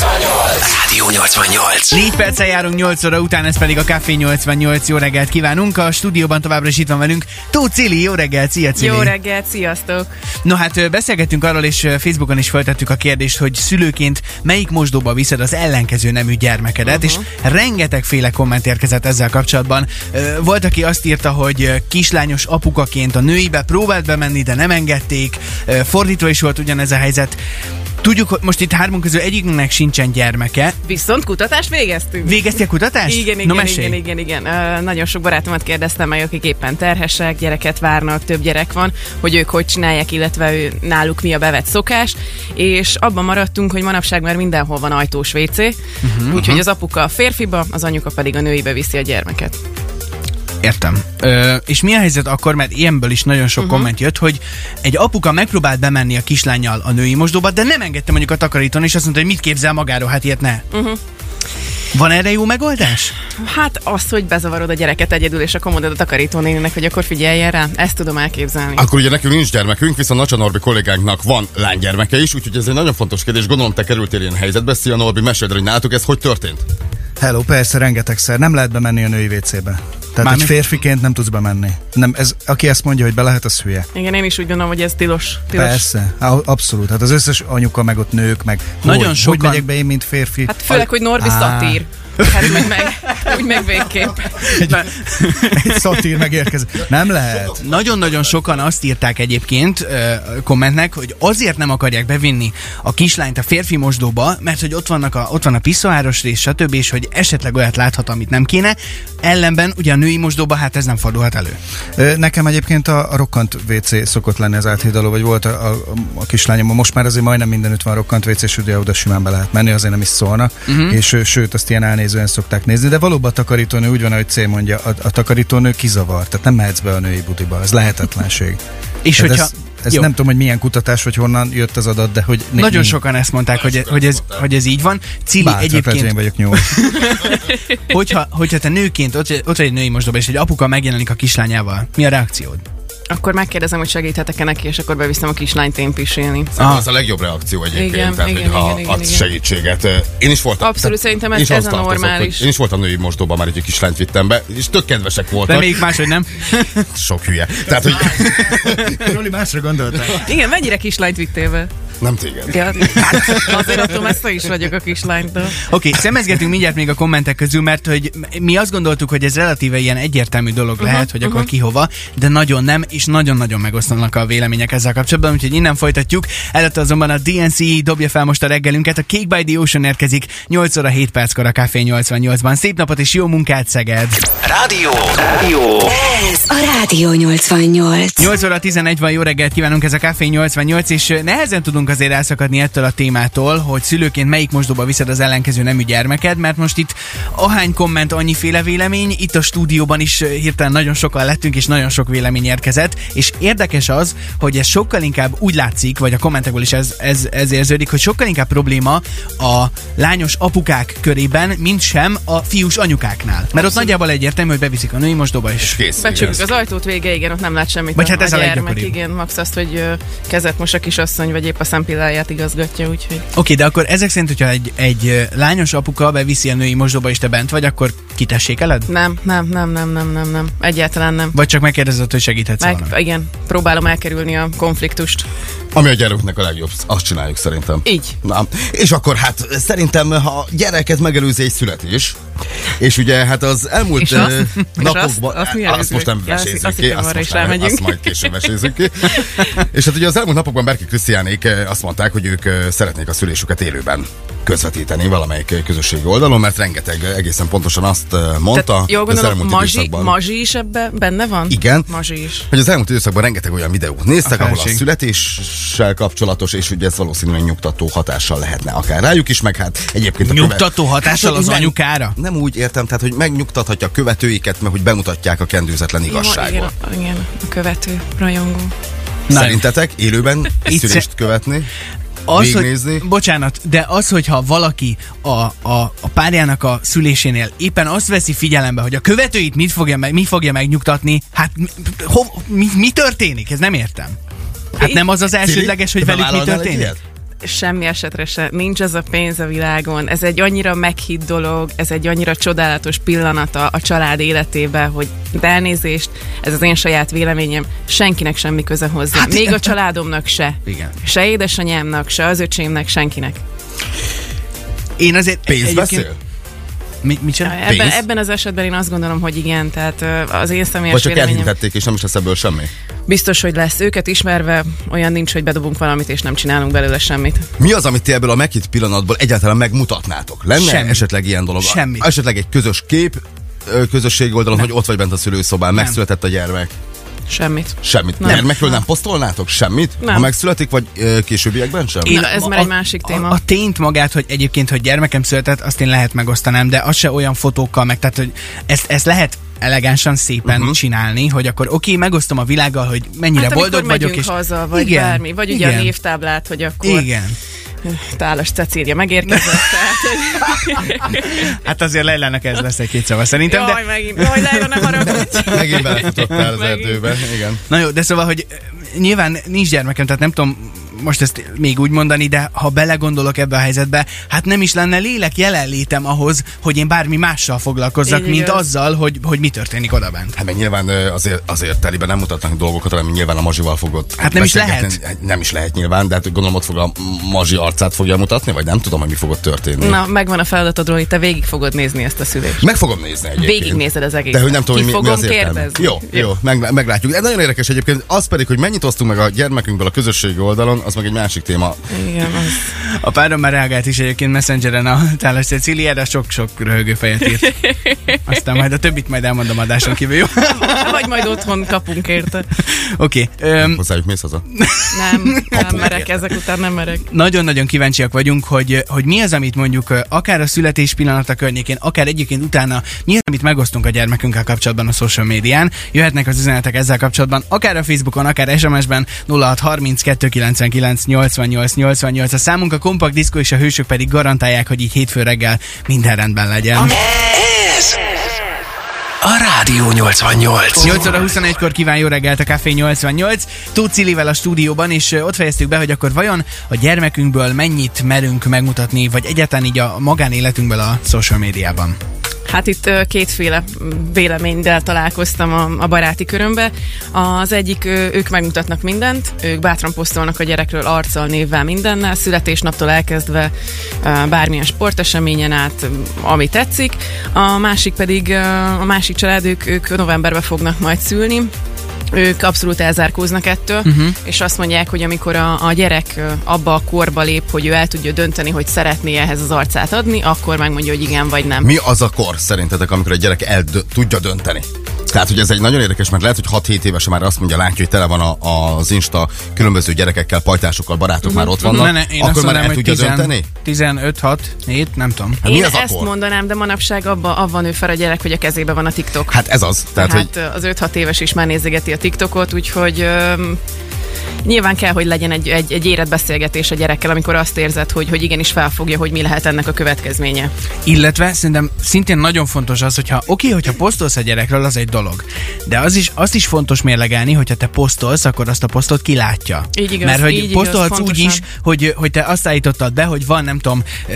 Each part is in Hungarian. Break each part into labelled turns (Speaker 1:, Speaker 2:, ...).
Speaker 1: Rádió 88.
Speaker 2: 4 perccel járunk 8 óra után, ez pedig a Café 88. Jó reggelt kívánunk. A stúdióban továbbra is itt van velünk Tóth Cili. Jó reggelt, szia Cili.
Speaker 3: Jó reggelt, sziasztok!
Speaker 2: No hát ö, beszélgettünk arról, és ö, Facebookon is feltettük a kérdést, hogy szülőként melyik mosdóba viszed az ellenkező nemű gyermekedet, uh-huh. és rengetegféle komment érkezett ezzel kapcsolatban. Ö, Volt, aki azt írta, hogy ö, kislányos apukaként a nőibe próbált bemenni, de nem engedték. Ö, Fordítva is volt ugyanez a helyzet. Tudjuk, hogy most itt hármunk közül egyiknek sincsen gyermeke.
Speaker 3: Viszont kutatást végeztünk.
Speaker 2: Végeztél kutatást?
Speaker 3: igen,
Speaker 2: no,
Speaker 3: igen,
Speaker 2: mesélj.
Speaker 3: igen, igen, igen. Ö, nagyon sok barátomat kérdeztem meg, akik éppen terhesek, gyereket várnak, több gyerek van, hogy ők hogy csinálják, illetve ő, náluk mi a bevett szokás, és abban maradtunk, hogy manapság már mindenhol van ajtós WC, uh-huh, úgyhogy az apuka a férfiba, az anyuka pedig a nőibe viszi a gyermeket.
Speaker 2: Értem. Ö, és mi a helyzet akkor, mert ilyenből is nagyon sok uh-huh. komment jött, hogy egy apuka megpróbált bemenni a kislányjal a női mosdóba, de nem engedte mondjuk a takarítón, és azt mondta, hogy mit képzel magáról, hát ilyet ne. Uh-huh. Van erre jó megoldás?
Speaker 3: Hát az, hogy bezavarod a gyereket egyedül, és akkor mondod a takarítónéninek, hogy akkor figyeljen rá, ezt tudom elképzelni.
Speaker 4: Akkor ugye nekünk nincs gyermekünk, viszont Nacsa Norbi kollégánknak van lánygyermeke is, úgyhogy ez egy nagyon fontos kérdés. Gondolom te kerültél ilyen helyzetbe. Szia Norbi, meséld, el, hogy nálatok ez hogy történt?
Speaker 5: Hello, persze, rengetegszer. Nem lehet bemenni a női WC-be. Tehát
Speaker 2: Mármint-
Speaker 5: egy férfiként nem tudsz bemenni. Nem, ez, aki ezt mondja, hogy be lehet, az hülye.
Speaker 3: Igen, én is úgy gondolom, hogy ez tilos. tilos.
Speaker 5: Persze, Á, abszolút. Hát az összes anyuka, meg ott nők, meg
Speaker 2: Nagyon
Speaker 5: hogy,
Speaker 2: sokan-
Speaker 5: hogy megyek be én, mint férfi.
Speaker 3: Hát főleg, hogy Norbi
Speaker 5: Á.
Speaker 3: szatír. Hát úgy meg, úgy meg végképp.
Speaker 5: Egy szatír megérkezik. Nem lehet.
Speaker 2: Nagyon-nagyon sokan azt írták egyébként ö, kommentnek, hogy azért nem akarják bevinni a kislányt a férfi mosdóba, mert hogy ott, vannak a, ott van a piszoáros rész, stb., és hogy esetleg olyat láthat, amit nem kéne. Ellenben ugye a női mosdóba, hát ez nem fordulhat elő.
Speaker 5: Ö, Nekem egyébként a, a rokkant WC szokott lenni az áthidaló, vagy volt a, a, a kislányom, most már azért majdnem mindenütt van rokkant WC, és ugye oda simán be lehet menni, azért nem is szólnak,
Speaker 2: Mhm.
Speaker 5: uh-huh. és ö, sőt, azt ilyen elnézően szokták nézni, de valóban a takarítónő úgy van, ahogy C mondja, a, a takarítónő kizavar, tehát nem mehetsz be a női budiba, ez lehetetlenség.
Speaker 2: És
Speaker 5: Tehát
Speaker 2: hogyha...
Speaker 5: ez, ez
Speaker 2: Jó.
Speaker 5: nem tudom, hogy milyen kutatás, vagy honnan jött az adat, de hogy... né-
Speaker 2: Nagyon
Speaker 5: né-
Speaker 2: sokan ezt mondták, hogy, hogy, ez, hogy ez így van. Cili
Speaker 5: Bálcák, lehet, hogy
Speaker 2: egyébként
Speaker 5: én vagyok nyúl.
Speaker 2: hogyha, hogyha te nőként ott, ott vagy egy női mosdóban, és egy apuka megjelenik a kislányával, mi a reakciód?
Speaker 3: Akkor megkérdezem, hogy segíthetek-e neki, és akkor beviszem a kislányt én pisilni.
Speaker 4: Ah. Ez a legjobb reakció egyébként,
Speaker 3: Igen,
Speaker 4: tehát,
Speaker 3: igen,
Speaker 4: hogy ha
Speaker 3: igen, igen,
Speaker 4: adsz
Speaker 3: igen.
Speaker 4: segítséget. Én is voltam.
Speaker 3: Abszolút, szerintem ez-
Speaker 4: én is
Speaker 3: ez
Speaker 4: ahhoz
Speaker 3: a
Speaker 4: tartozok,
Speaker 3: normális.
Speaker 4: hogy Én is voltam női mosdóban, már egy kislányt vittem be, és tök kedvesek voltak.
Speaker 2: Reméljük máshogy nem.
Speaker 4: Sok hülye. Tehát, hogy
Speaker 5: Joli másra gondoltál.
Speaker 3: Igen, mennyire kislányt vittél be?
Speaker 4: nem téged.
Speaker 3: Ja, hát, azért attól messze is vagyok a kislánytól.
Speaker 2: Oké, okay, szemezgetünk mindjárt még a kommentek közül, mert hogy mi azt gondoltuk, hogy ez relatíve ilyen egyértelmű dolog lehet, hogy akkor ki hova, de nagyon nem, és nagyon-nagyon megosztanak a vélemények ezzel kapcsolatban, úgyhogy innen folytatjuk. Előtte azonban a DNC dobja fel most a reggelünket, a Cake by the Ocean érkezik 8 óra 7 perckor a Café 88-ban. Szép napot és jó munkát, Szeged!
Speaker 1: Rádió. Rádió.
Speaker 6: Ez a Rádió 88.
Speaker 2: 8 óra 11 van, jó reggelt kívánunk, ez a Café 88, és ö, nehezen tudunk azért elszakadni ettől a témától, hogy szülőként melyik mosdóba viszed az ellenkező nemű gyermeked, mert most itt ahány komment, annyiféle vélemény, itt a stúdióban is ö, hirtelen nagyon sokan lettünk, és nagyon sok vélemény érkezett, és érdekes az, hogy ez sokkal inkább úgy látszik, vagy a kommentekből is ez, ez, ez érződik, hogy sokkal inkább probléma a lányos apukák körében, mint sem a fiús anyukáknál. Mert ott nagyjából egyértelmű, hogy beviszik a női mosdóba is.
Speaker 4: Kész.
Speaker 3: Becsukjuk
Speaker 4: igen.
Speaker 3: az ajtót vége, igen, ott nem lát semmit.
Speaker 2: Vagy hát ez a
Speaker 3: gyermek,
Speaker 2: leggyakoribb.
Speaker 3: igen, max azt, hogy ö, kezet mos a kisasszony, vagy épp a szempilláját igazgatja, úgyhogy
Speaker 2: Oké, okay, de akkor ezek szerint, hogyha egy, egy ö, lányos apuka beviszi a női mosdóba, és te bent vagy, akkor kitessék eled?
Speaker 3: nem, nem, nem, nem, nem, nem, nem, egyáltalán nem.
Speaker 2: Vagy csak megkérdezed, hogy segíthetsz Meg...
Speaker 3: Meg, igen, próbálom elkerülni a konfliktust.
Speaker 4: Ami a gyereknek a legjobb, azt csináljuk szerintem.
Speaker 3: Így.
Speaker 4: Na, és akkor hát szerintem, ha gyereket megelőzi egy születés, és ugye hát az elmúlt
Speaker 3: És azt-
Speaker 4: ö,
Speaker 3: és
Speaker 4: napokban,
Speaker 3: azt- azt mi
Speaker 4: azt
Speaker 3: előző?
Speaker 4: most nem
Speaker 3: Ja, azt-
Speaker 4: vesézzük
Speaker 3: azt
Speaker 4: ki,
Speaker 3: hittem,
Speaker 4: azt,
Speaker 3: arra
Speaker 4: most
Speaker 3: is
Speaker 4: nem,
Speaker 3: rámegyünk.
Speaker 4: azt majd később vesézzük ki. és hát ugye az elmúlt napokban Berki Krisztiánék ö, azt mondták, hogy ők ö, szeretnék a szülésüket élőben közvetíteni valamelyik ö, közösségi oldalon, mert rengeteg ö, egészen pontosan azt ö, mondta,
Speaker 3: Tehát jól
Speaker 4: hogy az
Speaker 3: gondolom,
Speaker 4: elmúlt
Speaker 3: Mazsi,
Speaker 4: időszakban-
Speaker 3: Mazsi is ebbe benne van?
Speaker 4: igen.
Speaker 3: Mazsi is.
Speaker 4: Hogy az elmúlt időszakban rengeteg olyan videót néztek,
Speaker 2: A
Speaker 4: ahol a
Speaker 2: felség.
Speaker 4: születéssel kapcsolatos, és ugye ez valószínűleg nyugtató hatással lehetne akár rájuk is, meg hát egyébként... a
Speaker 2: Nyugtató hatással
Speaker 4: Hát,
Speaker 2: az
Speaker 4: nem-
Speaker 2: anyukára?
Speaker 4: Nem úgy értem, tehát hogy megnyugtathatja a követőiket, mert hogy bemutatják a kendőzetlen
Speaker 3: igen,
Speaker 4: igazságot.
Speaker 3: igen, a követő, rajongó.
Speaker 4: Szerintetek élőben
Speaker 2: Itt se-
Speaker 4: szülést követni?
Speaker 2: Az,
Speaker 4: Végignézni?
Speaker 2: hogy, bocsánat, de az, hogyha valaki a, a, a párjának a szülésénél éppen azt veszi figyelembe, hogy a követőit mit fogja, meg, mi fogja megnyugtatni, hát mi, ho, mi, mi történik? Ez nem értem. Hát nem az az elsődleges, hogy
Speaker 4: Te
Speaker 2: velük mi
Speaker 4: bevállalnál egy
Speaker 2: történik?
Speaker 4: ilyet?
Speaker 3: semmi esetre se, nincs ez a pénz a világon, ez egy annyira meghitt dolog, ez egy annyira csodálatos pillanata a család életébe, hogy de elnézést, ez az én saját véleményem, senkinek semmi köze hozzá. Hát, Még a családomnak se.
Speaker 2: Igen.
Speaker 3: Se édesanyámnak, se az öcsémnek, senkinek.
Speaker 2: Én azért...
Speaker 4: Pénz
Speaker 2: egyébként-
Speaker 4: beszél?
Speaker 2: Mi, mit csinál?
Speaker 3: Ebben,
Speaker 4: Pénz?
Speaker 3: ebben az esetben én azt gondolom, hogy igen, tehát ö, az én
Speaker 4: Vagy
Speaker 3: személyes
Speaker 4: csak
Speaker 3: véleményem
Speaker 4: elhintették, és nem is lesz ebből semmi.
Speaker 3: biztos, hogy lesz. Őket ismerve olyan nincs, hogy bedobunk valamit, és nem csinálunk belőle semmit.
Speaker 4: Mi az, amit ti ebből a meghitt pillanatból egyáltalán megmutatnátok? Lenne
Speaker 2: Semmi.
Speaker 4: Semmi. esetleg ilyen dolog?
Speaker 2: Semmi.
Speaker 4: Esetleg egy közös kép, ö, közösség oldalon, hogy ott vagy bent a szülőszobán, megszületett a gyermek.
Speaker 3: Semmit.
Speaker 4: Semmit. Nem.
Speaker 3: Nem.
Speaker 4: Gyermekről nem posztolnátok? Semmit?
Speaker 3: Nem.
Speaker 4: Ha megszületik, vagy ö, későbbiekben sem?
Speaker 3: Én- Na, ez már egy másik téma.
Speaker 2: A, a tényt magát, hogy egyébként, hogy gyermekem született, azt én lehet megosztanám, de az se olyan fotókkal meg, tehát hogy ezt, ezt lehet elegánsan szépen uh-huh. csinálni, hogy akkor oké, megosztom a világgal, hogy mennyire
Speaker 3: Hát amikor
Speaker 2: boldog vagyok.
Speaker 3: megyünk
Speaker 2: És...
Speaker 3: haza, vagy
Speaker 2: igen,
Speaker 3: bármi, vagy
Speaker 2: igen,
Speaker 3: ugye a névtáblát, hogy akkor
Speaker 2: Igen.
Speaker 3: tálas Cecília megérkezett. tehát...
Speaker 2: Hát azért Leilának ez lesz egy-két szava szerintem,
Speaker 3: Jaj,
Speaker 2: de...
Speaker 3: megint, jaj, Leila, ne haragudj!
Speaker 4: Megint belefutottál az
Speaker 3: Megint.
Speaker 4: erdőbe. Igen.
Speaker 2: Na jó, de szóval, hogy eh, nyilván nincs gyermekem, tehát nem tudom most ezt még úgy mondani, de ha belegondolok ebbe a helyzetbe, hát nem is lenne lélek jelenlétem ahhoz, hogy én bármi mással foglalkozzak,
Speaker 3: Így
Speaker 2: mint
Speaker 3: igaz.
Speaker 2: azzal, hogy, hogy mi történtik odabent.
Speaker 4: Hát meg nyilván ö, azért, azért teliben nem mutatnak dolgokat, hanem nyilván a mazsival fogod.
Speaker 2: Hát nem is
Speaker 4: beszélgetni. Hát Nem is lehet nyilván, de hát gondolom ott fog a mazsi arcát fogja mutatni, vagy nem tudom, hogy mi fogod történni.
Speaker 3: Na, megvan a feladatodról, itt te végig fogod nézni ezt a szülést.
Speaker 4: Meg fogom nézni egyébként.
Speaker 3: Végignézed az egészet.
Speaker 4: De hogy nem tudom,
Speaker 3: Ki
Speaker 4: hogy mi, mi
Speaker 3: fogom
Speaker 4: az értelme.
Speaker 3: kérdezni.
Speaker 4: Jó, jó, meg, meglátjuk. De nagyon érdekes egyébként. Az pedig, hogy mennyit osztunk meg a gyermekünkből a közösségi oldalon, az meg egy másik téma.
Speaker 3: Igen, az.
Speaker 2: A párom már reagált is egyébként messengeren a Tálas Cecilia, de sok-sok röhögő fejet írt. Aztán majd a többit majd elmondom adáson kívül, jó?
Speaker 3: Vagy majd otthon kapunk érte.
Speaker 2: Oké.
Speaker 3: Mm.
Speaker 2: Okay.
Speaker 4: Hozzájuk mész haza?
Speaker 3: Nem, nem
Speaker 4: Kapunk
Speaker 3: merek,
Speaker 4: érte.
Speaker 3: ezek után nem merek.
Speaker 2: Nagyon-nagyon kíváncsiak vagyunk, hogy, hogy mi az, amit mondjuk ö, akár a születés pillanata környékén, akár egyébként utána, mi az, amit megosztunk a gyermekünkkel kapcsolatban a social médián. Jöhetnek az üzenetek ezzel kapcsolatban, akár a Facebookon, akár SMS-ben 0632 99 88 88. A számunk a kompakt diszkó és a hősök pedig garantálják, hogy így hétfő reggel minden rendben legyen.
Speaker 1: Ez a Rádió 88.
Speaker 2: 8 óra 21-kor kíván jó reggelt a Café 88. Tócilivel a stúdióban, és ö, ott fejeztük be, hogy akkor vajon a gyermekünkből mennyit merünk megmutatni, vagy egyáltalán így a magánéletünkből a social médiában.
Speaker 3: Hát itt ö, kétféle véleménnyel találkoztam a, a baráti körömbe. Az egyik, ö, ők megmutatnak mindent, ők bátran posztolnak a gyerekről arccal, névvel, mindennel, születésnaptól elkezdve ö, bármilyen sporteseményen át, ö, ami tetszik. A másik pedig, ö, a másik család, ők, ők novemberben fognak majd szülni, ők abszolút elzárkóznak ettől, uh-huh. és azt mondják, hogy amikor a, a gyerek ö, abba a korba lép, hogy ő el tudja dönteni, hogy szeretné ehhez az arcát adni, akkor megmondja, hogy igen vagy nem.
Speaker 4: Mi az a kor szerintetek, amikor egy gyerek el dö- tudja dönteni? Tehát, hogy ez egy nagyon érdekes, mert lehet, hogy 6-7 évesen már azt mondja, látja, hogy tele van a, az Insta különböző gyerekekkel, pajtásokkal, barátok már ott
Speaker 3: Mm-hmm.
Speaker 4: vannak, akkor már el tudja dönteni?
Speaker 2: 15, 6, 7, nem tudom.
Speaker 4: Hát
Speaker 3: Én
Speaker 4: mi az
Speaker 3: ezt
Speaker 4: akkor?
Speaker 3: mondanám, de manapság abba, abban nő fel a gyerek, hogy a kezébe van a TikTok.
Speaker 4: Hát ez az. Tehát, hogy
Speaker 3: Tehát az 5-6 éves is már nézegeti a TikTokot, úgyhogy öm, nyilván kell, hogy legyen egy, egy, egy érett beszélgetés a gyerekkel, amikor azt érzed, hogy, hogy igenis felfogja, hogy mi lehet ennek a következménye.
Speaker 2: Illetve szerintem szintén nagyon fontos az, hogyha oké, hogyha posztolsz a gyerekről, az egy dolog. De az is, azt is fontos mérlegelni, hogyha te posztolsz, akkor azt a posztot kilátja.
Speaker 3: Így igaz,
Speaker 2: Mert hogy
Speaker 3: így igaz,
Speaker 2: posztolhatsz úgy is,
Speaker 3: pontosan.
Speaker 2: hogy, hogy te azt állítottad be, hogy van nem tudom ö,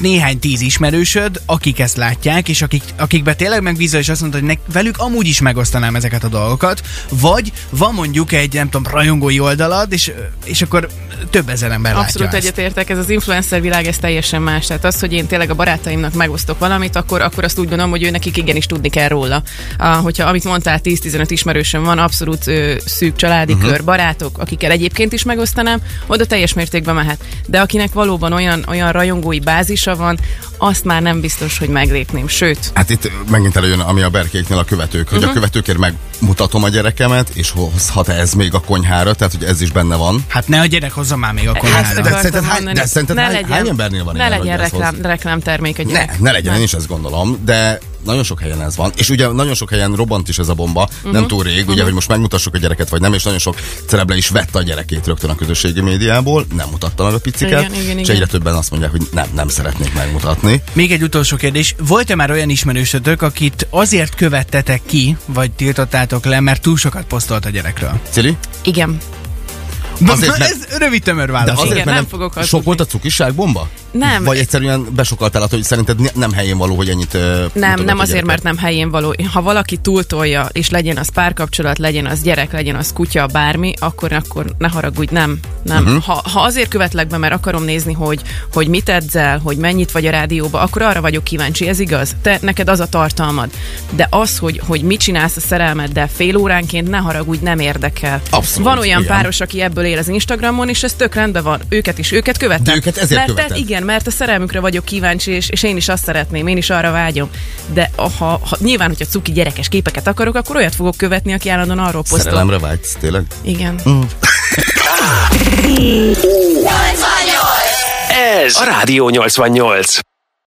Speaker 2: néhány tíz ismerősöd, akik ezt látják, és akik, akikbe tényleg megbízol, és azt mondod, hogy ne, velük amúgy is megosztanám ezeket a dolgokat, vagy van mondjuk egy nem tudom rajongói oldalad, és, és akkor több ezer ember
Speaker 3: Abszolút
Speaker 2: látja ezt.
Speaker 3: egyetértek, ez az influencer világ, ez teljesen más. Tehát az, hogy én tényleg a barátaimnak megosztok valamit, akkor, akkor azt úgy gondolom, hogy ő nekik igenis tudni kell róla. A, hogyha amit mondtál, 10-15 ismerősöm van, abszolút ö, szűk családi
Speaker 4: Mhm.
Speaker 3: uh-huh. kör, barátok, akikkel egyébként is megosztanám, oda teljes mértékben mehet. De akinek valóban olyan, olyan rajongói bázisa van, azt már nem biztos, hogy meglépném. Sőt,
Speaker 4: Hát itt megint előjön, ami a berkéknél a követők, hogy uh-huh.
Speaker 3: Mhm.
Speaker 4: a követőkért megmutatom a gyerekemet, és hozhat ez még a konyhára, tehát hogy ez is benne van.
Speaker 2: Hát ne a gyerek hozza már még a
Speaker 3: ezt
Speaker 2: konyhára.
Speaker 4: Hát, de
Speaker 3: akartam
Speaker 4: szerinted hány-
Speaker 3: mondani.
Speaker 4: de szerinted
Speaker 3: Ne
Speaker 4: hány-
Speaker 3: legyen-
Speaker 4: hány embernél van
Speaker 3: ne
Speaker 4: ilyen, hogy
Speaker 3: legyen
Speaker 4: ezt hoz?
Speaker 3: reklám, reklámtermék egy
Speaker 4: Ne, ne legyen, én is ezt gondolom, de nagyon sok helyen ez van. És ugye nagyon sok helyen robbant is ez a bomba, uh-huh.
Speaker 3: Mhm.
Speaker 4: nem túl rég, ugye, uh-huh. hogy most megmutassuk a gyereket, vagy nem, és nagyon sok celeb le is vette a gyerekét rögtön a közösségi médiából, nem mutatta meg a piciket,
Speaker 3: Igen, igen,
Speaker 4: és
Speaker 3: igen.
Speaker 4: egyre többen azt mondják, hogy nem, nem szeretnék megmutatni.
Speaker 2: Még egy utolsó kérdés. Volt-e már olyan ismerősötök, akit azért követtetek ki, vagy tiltottátok le, mert túl sokat posztolt a gyerekről?
Speaker 4: Cili?
Speaker 3: Igen.
Speaker 4: Azért, mert,
Speaker 2: Ez rövid tömör
Speaker 4: de
Speaker 2: válasz.
Speaker 4: azért,
Speaker 3: Igen,
Speaker 4: mert
Speaker 3: nem fogok hazudni.
Speaker 4: Sok volt a cukiság bomba?
Speaker 3: Nem.
Speaker 4: Vagy egyszerűen besokaltál attól, hogy szerinted ne- nem helyén való, hogy ennyit... ö,
Speaker 3: Nem,
Speaker 4: mutogat
Speaker 3: nem
Speaker 4: a
Speaker 3: azért,
Speaker 4: gyereket.
Speaker 3: mert nem helyén való. Ha valaki túltolja, és legyen az párkapcsolat, legyen az gyerek, legyen az kutya, bármi, akkor akkor ne haragudj, nem. nem.
Speaker 4: Mhm.
Speaker 3: Uh-huh. Ha, ha azért követlek be, mert akarom nézni, hogy, hogy mit edzel, hogy mennyit vagy a rádióba, akkor arra vagyok kíváncsi, ez igaz? Te, neked az a tartalmad. De az, hogy, hogy mit csinálsz a szerelmeddel fél óránként, ne haragudj, nem érdekel.
Speaker 4: Abszolút,
Speaker 3: van olyan
Speaker 4: igen.
Speaker 3: páros, aki ebből él az Instagramon, és ez tök rendben van. Őket is, őket követem.
Speaker 4: De őket ezért
Speaker 3: mert, tehát
Speaker 4: követed.
Speaker 3: igen, mert a szerelmükre vagyok kíváncsi, és, és én is azt szeretném, én is arra vágyom. De ha, ha, nyilván, hogyha cuki gyerekes képeket akarok, akkor olyat fogok követni, aki állandóan arról posztol.
Speaker 4: Szerelemre vágysz, tényleg?
Speaker 3: Igen.
Speaker 1: Ez a Rádió 88.